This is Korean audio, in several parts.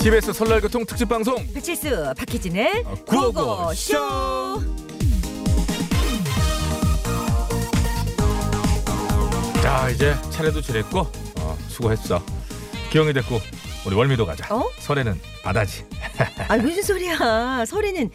TBS 설날 교통 특집 방송 배칠수 박희진의 구호고쇼. 구호고쇼 자 이제 차례도 지냈고 어, 수고했어 기영이 됐고 우리 월미도 가자 어? 설에는 바다지 아 무슨 소리야 설에는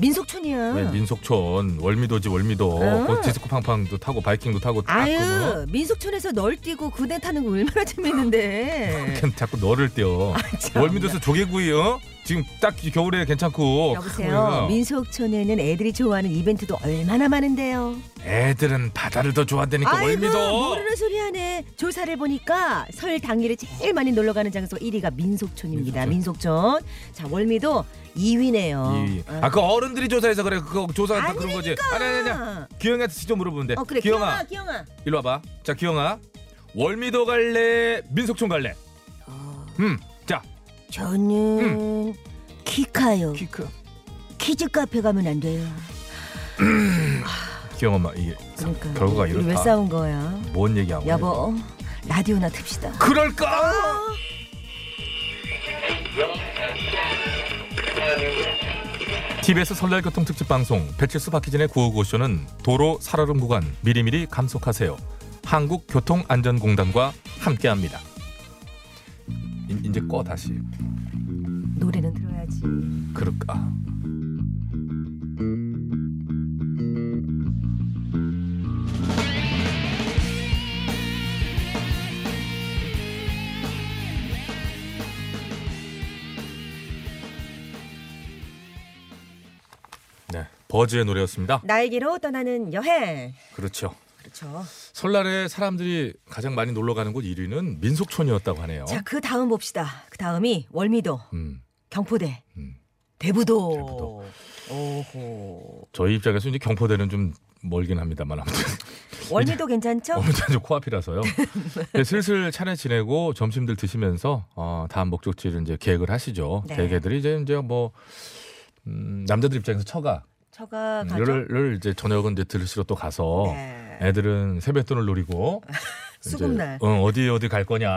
민속촌이야 왜 민속촌 월미도지 월미도 어. 거기 디스코팡팡도 타고 바이킹도 타고 딱 그거. 아유 민속촌에서 널 뛰고 구대 타는 거 얼마나 재밌는데 아, 그냥 자꾸 너를 떼어 네. 참. 월미도에서 조개구이 어? 지금 딱 겨울에 괜찮고 여보세요 그거야. 민속촌에는 애들이 좋아하는 이벤트도 얼마나 많은데요 애들은 바다를 더 좋아한다니까 아이고 월미도 모르는 소리 하네 조사를 보니까 설 당일에 제일 많이 놀러 가는 장소가 1위가 민속촌입니다 민속촌, 자 월미도 2위네요 이- 아, 그 어른들이 조사해서 그래. 그거 조사한다 그런 거지. 어, 아니니까. 아니, 아니, 아니. 기영이한테 직접 물어보면 돼. 어 그래 기영아, 기영아 기영아 일로 와봐. 자, 기영아. 월미도 갈래? 민속촌 갈래? 어. 음, 자, 음. 저는 키카요. 키크. 키즈 카페 가면 안 돼요. 기영 엄마, 이게 그러니까 결과가 우리 이렇다. 네. 왜 싸운 거야? 뭔 얘기하고? 있는 거야? 여보 라디오나 틉시다. 그럴까? TBS 설날 교통 특집 방송 배칠수 박희진의 구호고쇼는 도로 살얼음 구간 미리미리 감속하세요. 한국교통안전공단과 함께합니다. 이- 이제 꺼 다시. 노래는 들어야지. 그럴까? 네, 버즈의 노래였습니다. 나에게로 떠나는 여행. 그렇죠. 그렇죠. 설날에 사람들이 가장 많이 놀러 가는 곳 1위는 민속촌이었다고 하네요. 자 그 다음 봅시다. 그 다음이 월미도, 음, 경포대, 음. 대부도. 대부도. 오호. 저희 입장에서 이제 경포대는 좀 멀긴 합니다만 아무튼 월미도 괜찮죠? 어머니 아주 코앞이라서요. 네, 슬슬 차례 지내고 점심들 드시면서 어, 다음 목적지를 이제 계획을 하시죠. 네. 대개들이 이제 이제 뭐 음, 남자들 입장에서 처가 처가 음, 어. 가죠. 를 이제 저녁은 이제 들으시러 또 가서 네. 애들은 세뱃돈을 노리고 이제, 수금날. 어, 어디 어디 갈 거냐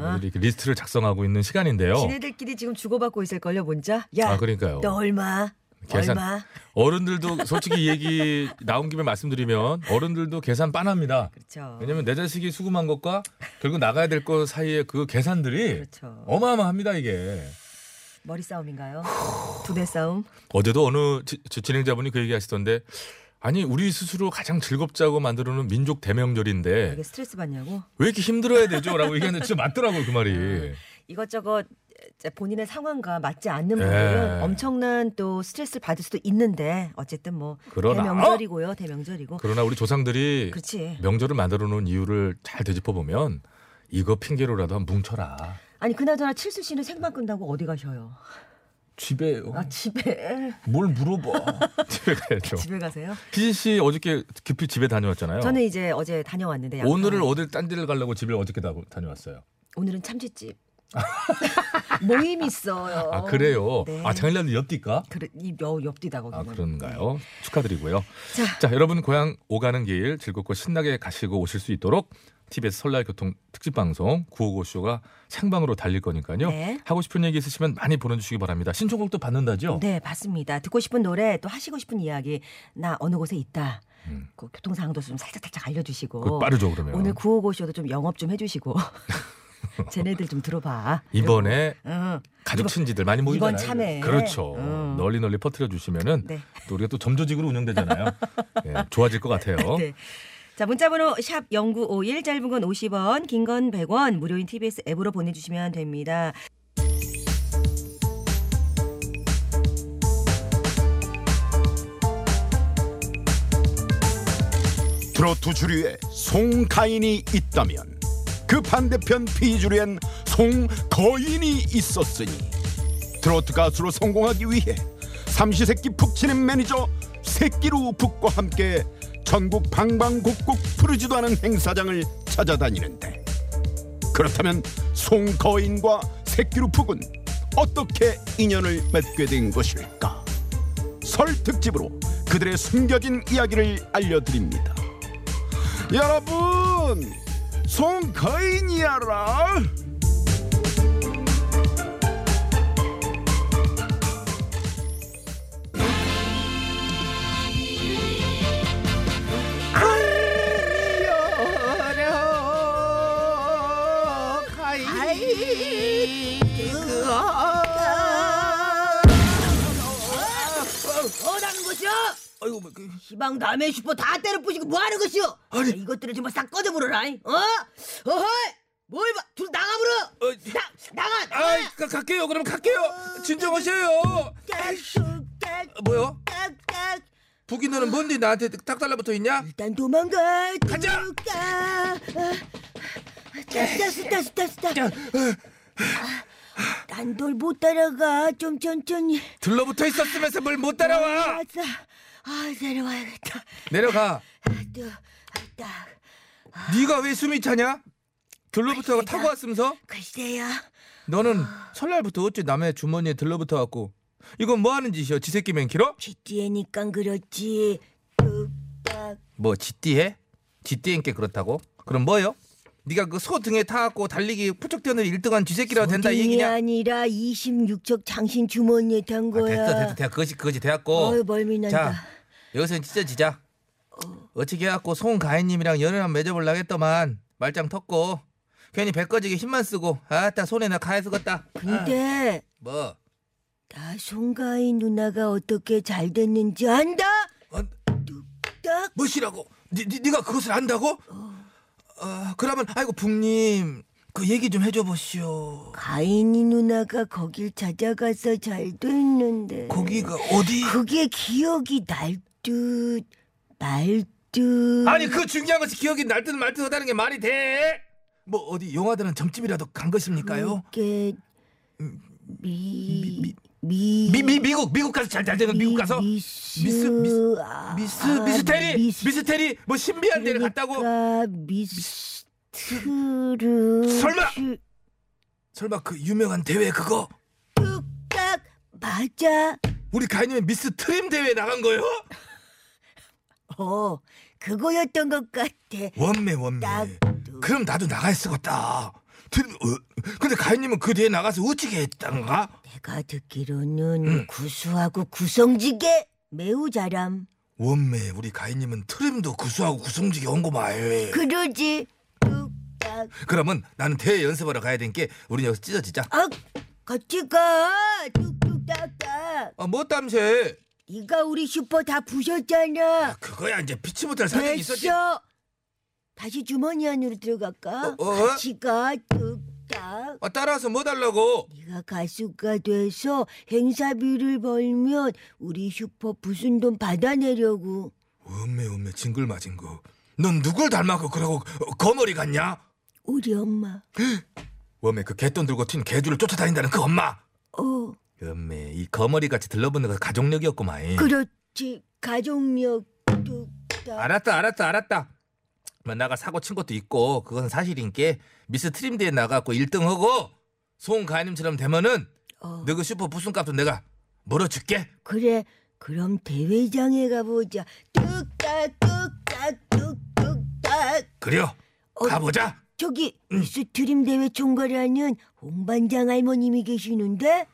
뭐 아. 이렇게 리스트를 작성하고 있는 시간인데요. 지네들끼리 지금 주고받고 있을 걸요, 문자. 어. 야, 아 그러니까요. 너 얼마? 계산- 얼마? 어른들도 솔직히 이 얘기 나온 김에 말씀드리면 어른들도 계산 빤합니다. 그렇죠. 왜냐면 내 자식이 수금한 것과 결국 나가야 될 것 사이에 그 계산들이 그렇죠. 어마어마합니다 이게. 머리 싸움인가요? 두뇌 싸움? 어제도 어느 지- 지- 진행자분이 그 얘기하시던데 아니 우리 스스로 가장 즐겁자고 만들어놓은 민족 대명절인데 이게 스트레스 받냐고? 왜 이렇게 힘들어야 되죠라고 얘기하는데 진짜 맞더라고요 그 말이. 이것저것 이제 본인의 상황과 맞지 않는 예. 분들은 엄청난 또 스트레스를 받을 수도 있는데 어쨌든 뭐 그러나- 대명절이고요, 대명절이고. 그러나 우리 조상들이 그렇지. 명절을 만들어놓은 이유를 잘 되짚어 보면 이거 핑계로라도 한 뭉쳐라. 아니 그나저나 칠수 씨는 생방 끝나고 어디 가셔요? 집에 아 집에 뭘 물어봐. 집에 가야죠. 집에 가세요? 피진 씨 어저께 급히 집에 다녀왔잖아요. 저는 이제 어제 다녀왔는데 양평. 오늘을 어딜 딴 데를 가려고 집에 어저께 다, 다녀왔어요. 오늘은 참치집 모임 있어요. 아 그래요. 네. 아 장일날도 옆뒤가? 그래 이옆 옆뒤다 거기. 아 그런가요? 축하드리고요. 음. 자. 자 여러분 고향 오가는 길 즐겁고 신나게 가시고 오실 수 있도록 TBS 설날 교통 특집 방송 구호고쇼가 생방으로 달릴 거니까요. 네. 하고 싶은 얘기 있으시면 많이 보내주시기 바랍니다. 신청곡도 받는다죠? 네, 맞습니다. 듣고 싶은 노래 또 하시고 싶은 이야기 나 어느 곳에 있다. 그 교통 상황도 좀 살짝 살짝 음. 그거 알려주시고 빠르죠 그러면. 오늘 구호고쇼도 좀 영업 좀 해주시고 쟤네들 좀 들어봐. 이번에 응. 가족 친지들 많이 모이잖아요. 이번 참에. 그렇죠. 음. 널리 널리 퍼뜨려 주시면은 네. 또 우리가 또 점조직으로 운영되잖아요. 예, 좋아질 것 같아요. 네. 자 문자번호 샵 #0951 짧은 건 50원, 긴 건 100원 무료인 TBS 앱으로 보내주시면 됩니다. 트로트 주류에 송가인이 있다면 그 반대편 비주류엔 송거인이 있었으니 트로트 가수로 성공하기 위해 삼시세끼 푹 치는 매니저 새끼루 북과 함께 전국 방방곡곡 푸르지도 않은 행사장을 찾아다니는데 그렇다면 송거인과 새끼루 북은 어떻게 인연을 맺게 된 것일까? 설 특집으로 그들의 숨겨진 이야기를 알려드립니다. 여러분, 송거인이야라. 뭐라는 것이오? 시방 남의 슈퍼 다 때려 부시고 뭐 하는 것이오? 야, 이것들을 정말 싹 꺼져 물어라. 잉? 어? 어허이! 뭘 봐? 둘 나가 물어. 어, 나 나가. 나가. 아이 가- 갈게요 그럼 갈게요 진정하세요 어, 뭐요 깍깍깍깍. 북이 너는 뭔데 나한테 딱 달라붙어 있냐 일단 도망가. 가자. 도망가. 아, 됐다 됐다 됐다 됐다. 난돌 못 따라가. 좀 천천히. 들러붙어 있었으면서 뭘 못 따라와 알았어. 아 내려와야겠다. 내려가 또 왔다. 네가 왜 숨이 차냐 아, 들러붙어 타고 왔으면서 글쎄요. 너는 설날부터 어째 남의 주머니에 들러붙어 갖고 이건 뭐 하는 짓이여 지새끼 맹키러 쥐띠에니까 그렇지. 뚝딱. 뭐 지띠해 지띠인게 그렇다고 그럼 뭐요 네가 그 소 등에 타갖고 달리기 푸쩍 뛰어는 1등한 쥐새끼라도 된다 이 등이 얘기냐 아니라 26척 장신 주머니에 탄 아, 거야. 됐어 됐어 됐어 그것이 그것이 돼갖고 어이, 멀미 난다. 자 여기서는 찢어지자 어찌게 해갖고 송가인님이랑 연을 한번 맺어보려고 했더만 말짱 텄고 괜히 배꺼지게 힘만 쓰고 아따 손에 나 가해 쓰겄다 근데 뭐 나 송가인 누나가 어떻게 잘 됐는지 안다. 어, 딱 뭐시라고 니, 니, 네가 그것을 안다고? 어, 그러면 아이고 북님 그 얘기 좀 해줘보시오 가인이 누나가 거길 찾아가서 잘 됐는데. 거기가 어디 그게 기억이 날듯 말듯. 아니 그 중요한 것이 기억이 날듯 말듯 하다는 게 말이 돼? 뭐 어디 용화되는 점집이라도 간 것입니까요? 그게 미- 미. 미. 미, 미, 미국 미국 가서 잘, 잘 되는 미국 가서 미스 미스- 미스- 아, 미스 아, 미스테리 미스- 미스테리 뭐 신비한 데를 갔다고 그러니까 미스트르 설마! 설마 그 유명한 대회 그거 뚝딱 맞아 우리 가인님의 미스 트림 대회 나간 거요? 어 그거였던 것 같아 원매 원매 딱 그럼 나도 나가야 쓰겄다 트림, 어? 근데 가인님은 그 대회 나가서 어찌게 했단가? 내가 듣기로는 구수하고 구성지게 매우 잘함 원매 우리 가인님은 트림도 구수하고 구성지게 온거 말 그러지 뚝딱 그러면 나는 대회 연습하러 가야 되니까 우린 여기서 찢어지자 아 같이 가 뚝뚝딱딱 아, 뭐 땀새 네가 우리 슈퍼 다 부셨잖아 그거야 이제 피치 못할 사정이 있었지 됐어. 다시 주머니 안으로 들어갈까? 어, 어? 같이 가 뚝딱. 아, 따라서 뭐 달라고 네가 가수가 돼서 행사비를 벌면 우리 슈퍼 부순 돈 받아내려고. 음메 음메 징글맞은 거. 넌 누굴 닮았고 그러고 거머리 같냐? 우리 엄마. 웜에 그 개돈 들고 튄 개주를 쫓아다닌다는 그 엄마. 어, 음메 이 거머리 같이 들러붙는 거 가족력이었구만. 그렇지. 가족력 뚝딱. 알았다 알았다 알았다. 뭐 나가 사고 친 것도 있고 그건 사실인게 미스 트림대에 나가고 1등하고 송가인님처럼 되면은 어, 너그 슈퍼 부순값도 내가 물어줄게. 그래. 그럼 대회장에 가보자. 뚝딱 뚝딱 뚝뚝딱. 그래요. 어. 가보자. 저기 미스 트림 대회 총괄하는 홍반장 할머님이 네. 계시는데.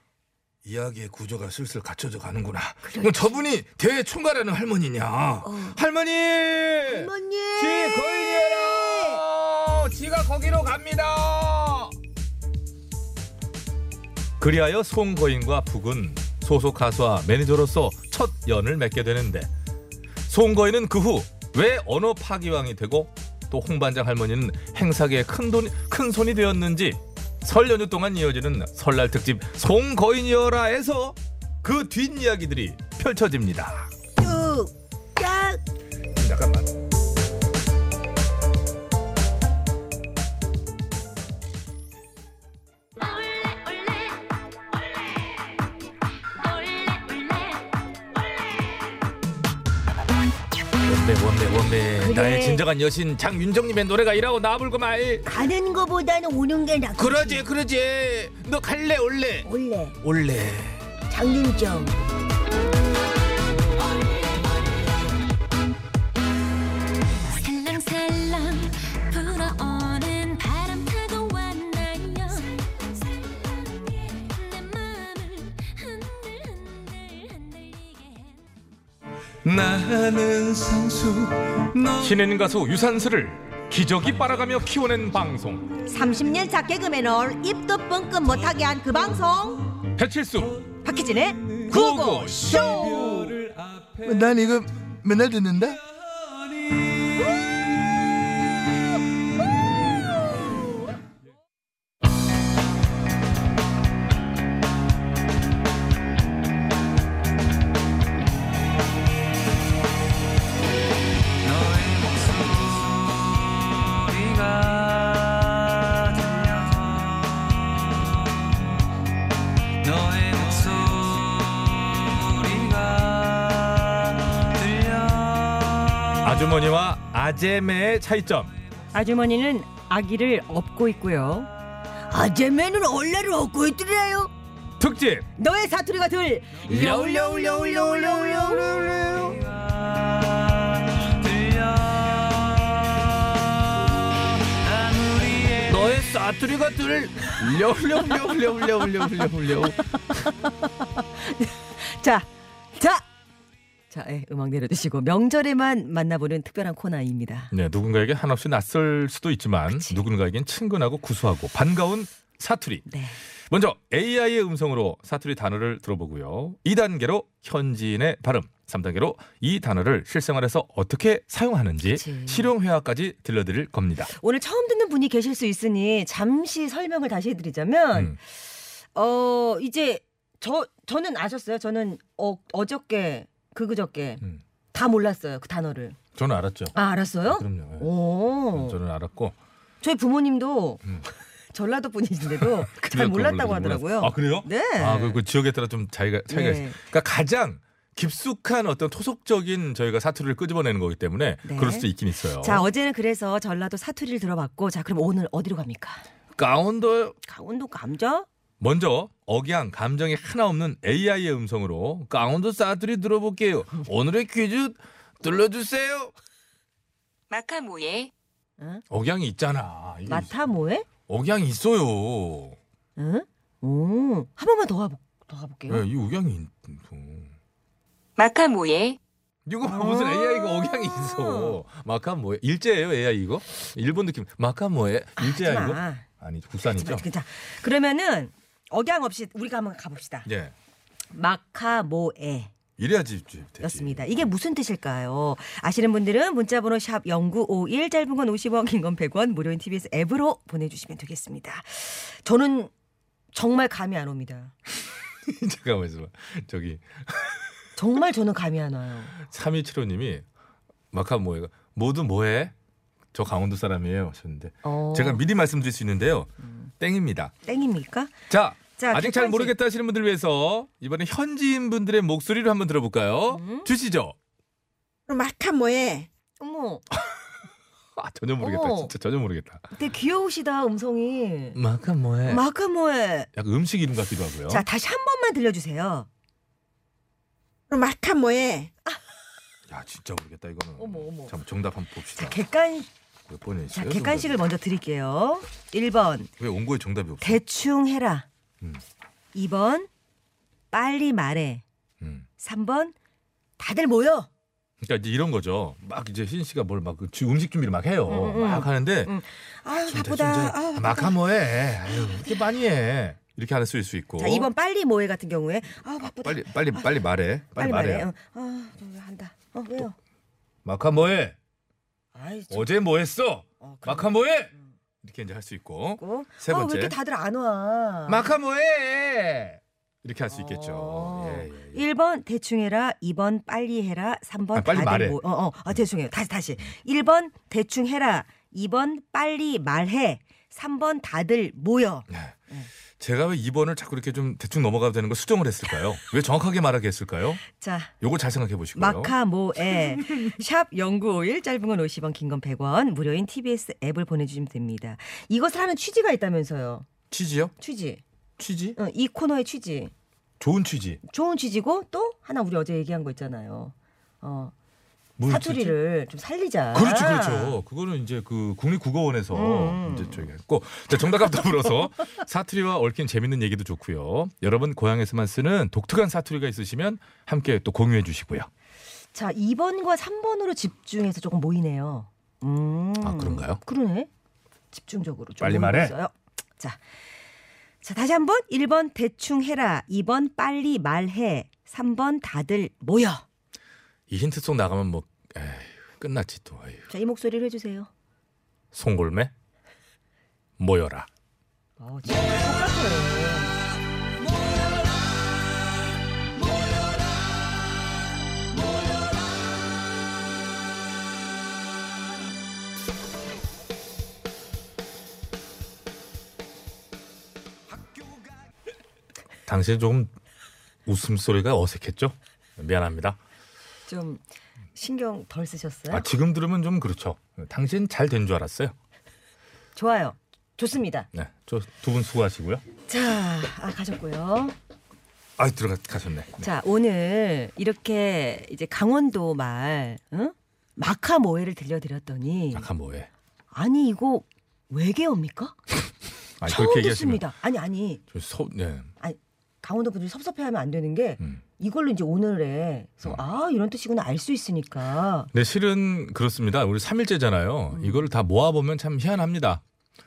이야기의 구조가 슬슬 갖춰져 가는구나. 그럼 저분이 대회 총괄하는 할머니냐? 어. 할머니! 할머니! 지 거인이여라! 지가 거기로 갑니다! 그리하여 송거인과 북은 소속 가수와 매니저로서 첫 연을 맺게 되는데 송거인은 그 후 왜 언어 파기왕이 되고 또 홍반장 할머니는 행사계의 큰, 돈, 큰 손이 되었는지 설 연휴 동안 이어지는 설날 특집 송거인이여라에서 그 뒷이야기들이 펼쳐집니다. 뚝딱. 잠깐만. 원배 원배 원배 그래. 나의 진정한 여신 장윤정님의 노래가 이라고 나불고 말. 가는 거보다는 오는 게 낫지. 그러지 그러지 너 갈래 올래 원래 올래 장윤정. 살랑살랑 불어오는 바람 타고 왔나요 살랑살랑 예, 내 마음을 흔들흔들 흔들리게 했 나는 상수 신인 가수 유산슬을 기저귀 빨아가며 키워낸 방송 30년 차 개그맨을 입도 뻥끗 못하게 한 그 방송 배칠수 박희진의 구호구호 구호구쇼 난 이거 맨날 듣는다. 너의 목소리가 들려 아주머니와 아재매의 차이점 아주머니는 아기를 업고 있고요. 아재매는 원래를 얻고 있더래요. 특집 너의 사투리가 들 아, 여울여울여울여울여울여울 들려 아무리 너의 사투리가 들 려울려울려울려울려울려울려. 자, 자, 자, 예, 음악 내려두시고 명절에만 만나보는 특별한 코너입니다. 네, 누군가에게 한없이 낯설 수도 있지만 누군가에겐 친근하고 구수하고 반가운 사투리. 네. 먼저 AI의 음성으로 사투리 단어를 들어보고요. 2단계로 현지인의 발음, 3단계로 이 단어를 실생활에서 어떻게 사용하는지 그치. 실용 회화까지 들려드릴 겁니다. 오늘 처음 듣는 분이 계실 수 있으니 잠시 설명을 다시 해드리자면 음. 어 이제 저 저는 아셨어요. 저는 어, 어저께 그그저께 음. 다 몰랐어요 그 단어를. 저는 알았죠. 아 알았어요? 그럼요. 예. 오. 저는 알았고 저희 부모님도 음. 네, 전라도 분이신데도 잘 그래요? 몰랐다고 그걸 몰랐- 하더라고요. 아 그래요? 네. 아, 그, 그 지역에 따라 좀 차이가, 차이가 네. 있어요. 그러니까 가장 깊숙한 어떤 토속적인 저희가 사투리를 끄집어내는 거기 때문에 네. 그럴 수도 있긴 있어요. 자 어제는 그래서 전라도 사투리를 들어봤고 자 그럼 오늘 어디로 갑니까? 가운데 강원도 감자? 그러니까 먼저 억양 감정이 하나 없는 AI의 음성으로 강원도 사투리 들어볼게요. 오늘의 퀴즈 들려주세요. 마카모의 억양이 네, 있잖아. 이게 마타모에? 억양이 있어요. 응? 오, 한 번만 더, 가볼, 더 가볼게요. 예, 이 억양이 있- 음. 마카모의 이거 무슨 AI가 억양이 있어. 아. 마카 뭐예? 일제예요 AI 이거? 일본 느낌. 마카 뭐예? 일제야 아, 하지 이거? 마. 아니 하지 마, 국산이죠. 괜찮아. 그러면은 억양 없이 우리가 한번 가봅시다. 예. 마카모에. 이래야지 되지. 였습니다. 이게 무슨 뜻일까요? 아시는 분들은 문자번호 샵 0951 짧은 건 50원, 긴 건 100원, 무료인 TBS 앱으로 보내주시면 되겠습니다. 저는 정말 감이 안 옵니다. 잠깐만 있어봐. 저기 정말 저는 감이 안 와요. 3275님이 마카 뭐예가 모두 뭐해? 저 강원도 사람이에요 하셨는데 어, 음. 제가 미리 말씀드릴 수 있는데요. 땡입니다. 땡입니까? 자, 자, 아직 첫 잘 번째. 모르겠다 하시는 분들 위해서 이번에 현지인 분들의 목소리로 한번 들어볼까요? 음. 주시죠. 마카모에 어머, 아, 전혀 모르겠다. 어머. 진짜 전혀 모르겠다. 되게 귀여우시다 음성이. 마카 뭐해? 마카모에. 약간 음식 이름 같기도 하고요. 자 다시 한 번만 들려주세요. 마카모에 야, 진짜 모르겠다 이거는. 어머, 어머. 잠 정답 한번 봅시다. 자 객관 몇 번에 자 있어요? 객관식을 먼저 드릴게요. 1번 정답이? 왜 원고에 정답이 없어? 대충 해라. 음. 2번 빨리 말해. 음. 3번 다들 모여. 그러니까 이제 이런 거죠. 막 이제 신 씨가 뭘 막 음식 준비를 막 해요. 음, 음. 막 하는데 음. 아유 바쁘다. 아유, 바쁘다. 마카 뭐해? 아유, 이렇게 많이 해. 이렇게 할 수 있을 있고. 자 2번 빨리 모해 같은 경우에 아 바쁘다. 빨리 빨리 빨리 말해. 빨리, 말해. 어, 아, 너왜 한다. 어 왜요? 마카 뭐해? 아이 참. 어제 뭐 했어? 어, 그럼. 마카 뭐해? 이렇게 이제 할 수 있고 세 아, 왜 번째. 이렇게 다들 안 와? 마카 뭐해? 예. 이렇게 할 수 있겠죠. 어. 예, 예, 예. 1번 대충 해라. 2번 빨리 해라. 3번 아, 빨리 다들 말해. 모- 어, 어. 아, 대충 해요. 다시 다시. 1번 대충 해라. 2번 빨리 말해. 3번 다들 모여. 네. 제가 왜 2번을 자꾸 이렇게 좀 대충 넘어가도 되는 걸 수정을 했을까요? 왜 정확하게 말하게 했을까요? 자, 요거 잘 생각해 보시고요. 마카모에 샵 0951 짧은 건 50원, 긴 건 100원. 무료인 TBS 앱을 보내 주시면 됩니다. 이것을 하는 취지가 있다면서요. 취지요? 취지. 취지? 어, 이 코너의 취지. 좋은 취지. 좋은 취지고 또 하나 우리 어제 얘기한 거 있잖아요. 어, 뭘 취지? 사투리를 좀 살리자. 그렇죠, 그렇죠. 그거는 이제 그 국립국어원에서 아. 음. 이제 저희가 했고, 자 정답과 더불어서 사투리와 얽힌 재밌는 얘기도 좋고요. 여러분 고향에서만 쓰는 독특한 사투리가 있으시면 함께 또 공유해 주시고요. 자, 2번과 3번으로 집중해서 조금 모이네요. 음. 아, 그런가요? 그러네. 집중적으로 좀 빨리 보고 말해. 있어요. 자. 자, 다시 한번 1번 대충 해라. 2번 빨리 말해. 3번 다들 모여. 이 힌트 속 나가면 뭐 에휴, 끝났지 또. 에휴. 자, 이 목소리를 해 주세요. 송골매 모여라. 어, 진짜 똑같아요. 당신 조금 웃음소리가 어색했죠? 미안합니다. 좀 신경 덜 쓰셨어요? 아, 지금 들으면 좀 그렇죠. 당신 잘 된 줄 알았어요. 좋아요. 좋습니다. 네, 저 두 분 수고하시고요. 자, 아, 가셨고요. 아, 들어가 가셨네. 자, 오늘 이렇게 이제 강원도 말, 응? 마카 모해를 들려드렸더니 아까 뭐해? 아니 이거 외계어입니까? 아, 처음 듣습니다. 아니 아니, 저 서, 네. 아니 강원도 분들이 섭섭해하면 안 되는 게 음. 이걸로 이제 오늘에 그래서 아 이런 뜻이구나 알 수 있으니까 네, 실은 그렇습니다. 우리 음. 3일째잖아요. 이거를 다 모아보면 참 희한합니다.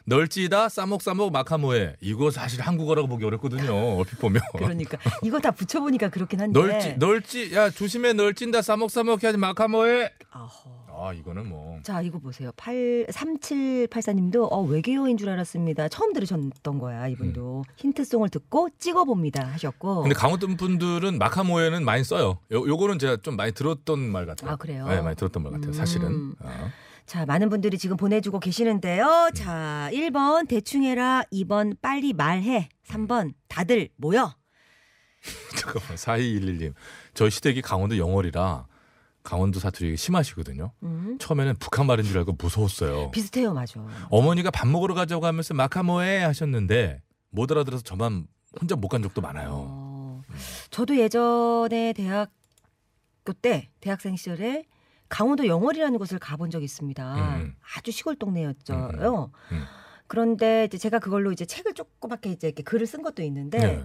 널찌다, 싸목싸목, 마카모에. 이거 사실 한국어라고 보기 어렵거든요. 얼핏 보면. 그러니까 이거 다 붙여보니까 그렇긴 한데 널찌, 널찌, 야, 조심해, 널찐다, 싸목싸목 해야지, 마카모에. 아허. 아, 이거는 뭐. 자 이거 보세요. 8 3784님도 어 외계어인 줄 알았습니다. 처음 들으셨던 거야 이분도 힌트송을 듣고 찍어봅니다 하셨고 음. 근데 강원도 분들은 마카모에는 많이 써요. 요, 요거는 제가 좀 많이 들었던 말 같아요. 아, 그래요? 네, 많이 들었던 말 같아요. 사실은. 음. 어. 네. 자, 많은 분들이 지금 보내주고 계시는데요. 자, 1번 대충 해라. 2번 빨리 말해. 3번 다들 모여. 잠깐만, 4211님. 저희 시댁이 강원도 영월이라 강원도 사투리 심하시거든요. 음, 처음에는 북한 말인 줄 알고 무서웠어요. 비슷해요, 맞아. 어머니가 밥 먹으러 가자고 하면서 마카모에 하셨는데 못 알아들어서 저만 혼자 못 간 적도 많아요. 어, 저도 예전에 대학교 그 때 대학생 시절에 강원도 영월이라는 곳을 가본 적이 있습니다. 음. 아주 시골 동네였죠요. 음. 그런데 이제 제가 그걸로 이제 책을 조그맣게 이제 이렇게 글을 쓴 것도 있는데 네.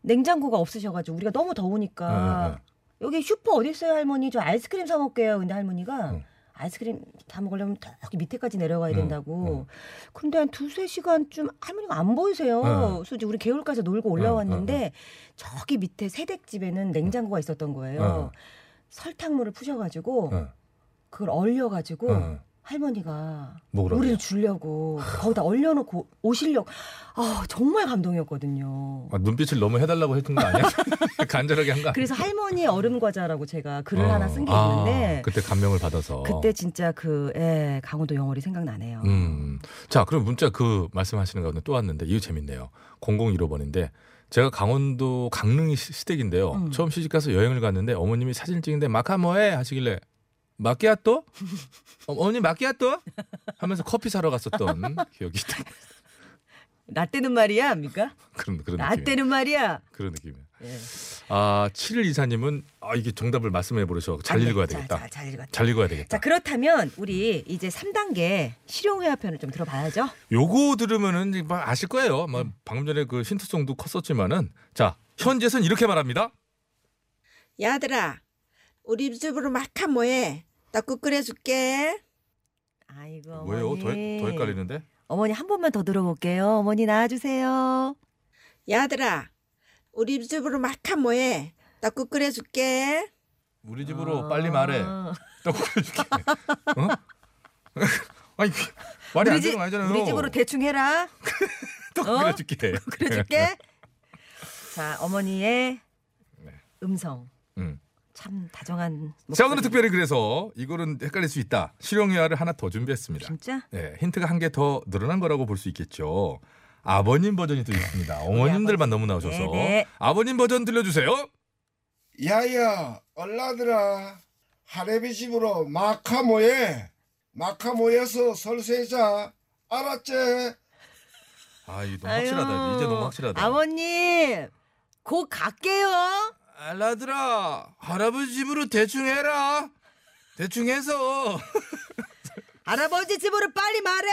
냉장고가 없으셔가지고 우리가 너무 더우니까 네, 네, 여기 슈퍼 어디 있어요 할머니 저 아이스크림 사 먹게요 근데 할머니가 응. 아이스크림 다 먹으려면 저기 밑에까지 내려가야 응, 된다고 그런데 한 두세 시간쯤 할머니가 안 보이세요 응. 그래서 이제 우리 개울가에서 놀고 올라왔는데 저기 밑에 새댁집에는 냉장고가 있었던 거예요 설탕물을 푸셔가지고 응. 그걸 얼려가지고 응. 뭐 할머니가 먹으라고요? 우리를 주려고 거기다 얼려놓고 오시려고 아 정말 감동이었거든요 아, 눈빛을 너무 해달라고 했던 거 아니야? 간절하게 한 거. 아니야? 그래서 할머니의 얼음 과자라고 제가 글을 어. 하나 쓴 게 아, 있는데 그때 감명을 받아서. 그때 진짜 그 예, 강원도 영월이 생각나네요. 음. 자, 그럼 문자 그 말씀하시는 가운데 또 왔는데 이거 재밌네요. 001호번인데 제가 강원도 강릉이 시- 시댁인데요. 음. 처음 시집 가서 여행을 갔는데 어머님이 사진 찍는데 마카모에 하시길래 마키아또? 어, 어머니 마키아또? 하면서 커피 사러 갔었던 기억이 있다. 라떼는 말이야, 합니까? 그런 음, 그런 느낌. 라떼는 말이야. 그런 느낌이에요. 아, 예. 아, 7일 이사님은 아, 이게 정답을 말씀해 보려서 잘 안 돼. 읽어야 아, 네. 자, 네. 되겠다. 자, 잘 읽었다. 잘 읽어야 되겠다. 자, 그렇다면 우리 이제 3단계 실용회화편을 좀 들어봐야죠. 요거 들으면은 이제 막 아실 거예요. 음. 막 방금 전에 그 힌트송도 컸었지만은 자, 현재선 이렇게 말합니다. 야들아, 우리 집으로 마카 뭐해? 떡국 끓여줄게. 아이고. 왜요? 어머니. 더, 헷- 더 헷갈리는데? 어머니 한 번만 더 들어볼게요. 어머니 나와 주세요. 야들아, 우리 집으로 마카 뭐해? 떡국 끓여줄게. 우리 어. 집으로 빨리 말해. 떡국 끓여줄게. 어? 아니 그- 말이 안 우리 집 되는 거 아니잖아요. 우리 집으로 대충 해라. 떡국 어? 끓여줄게. 그래 줄게. 자, 어머니의 음성. 네. 음. 참 다정한 자 목소리. 오늘 특별히 그래서 이거는 헷갈릴 수 있다. 실용회화를 하나 더 준비했습니다. 진짜? 네, 힌트가 한 개 더 늘어난 거라고 볼 수 있겠죠. 아버님 버전이 또 있습니다. 어머님들만 너무 나오셔서 네, 네. 아버님 버전 들려주세요. 야야, 얼라들아, 할애비 집으로 마카 모여, 마카 모여서 설세자, 알았지? 아 이거 너무 확실하다. 아유, 이제 너무 확실하다. 아버님, 곧 갈게요. 알라들아 할아버지 집으로 대충 해라. 대충 해서 할아버지 집으로 빨리 말해.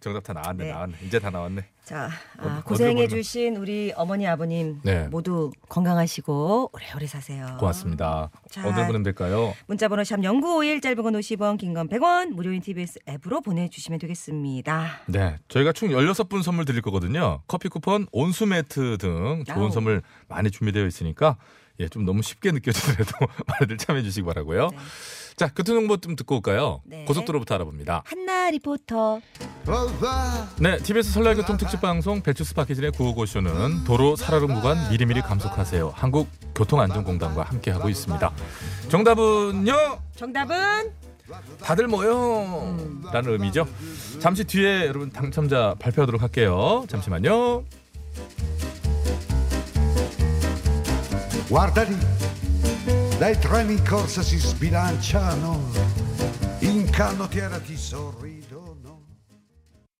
정답 다 나왔네, 네. 나왔네. 이제 다 나왔네. 자, 어디- 어디로 아, 고생해 보면- 주신 우리 어머니 아버님 네. 모두 건강하시고 오래오래 사세요. 고맙습니다. 자. 어디로 보내면 될까요? 문자번호 샵 0951, 짧은 건 50원, 긴 건 100원, 무료인 TBS 앱으로 보내주시면 되겠습니다. 네, 저희가 총 16분 선물 드릴 거거든요. 커피 쿠폰, 온수 매트 등 좋은 아우. 선물 많이 준비되어 있으니까 예, 좀 너무 쉽게 느껴지더라도 많이들 참여해 주시기 바라고요. 자, 그 교통정보 좀 듣고 올까요? 네. 고속도로부터 알아봅니다. 한나 리포터. 네, TBS 설날 교통 특집 방송 배추스 파키진의 구호고쇼는 도로 살얼음 구간 미리미리 감속하세요. 한국 교통안전공단과 함께 하고 있습니다. 정답은요? 정답은 다들 모여 음. 라는 의미죠. 잠시 뒤에 여러분 당첨자 발표하도록 할게요. 잠시만요. Guarda lì, dai treni in corsa si sbilanciano, in canottiera ti sorrido.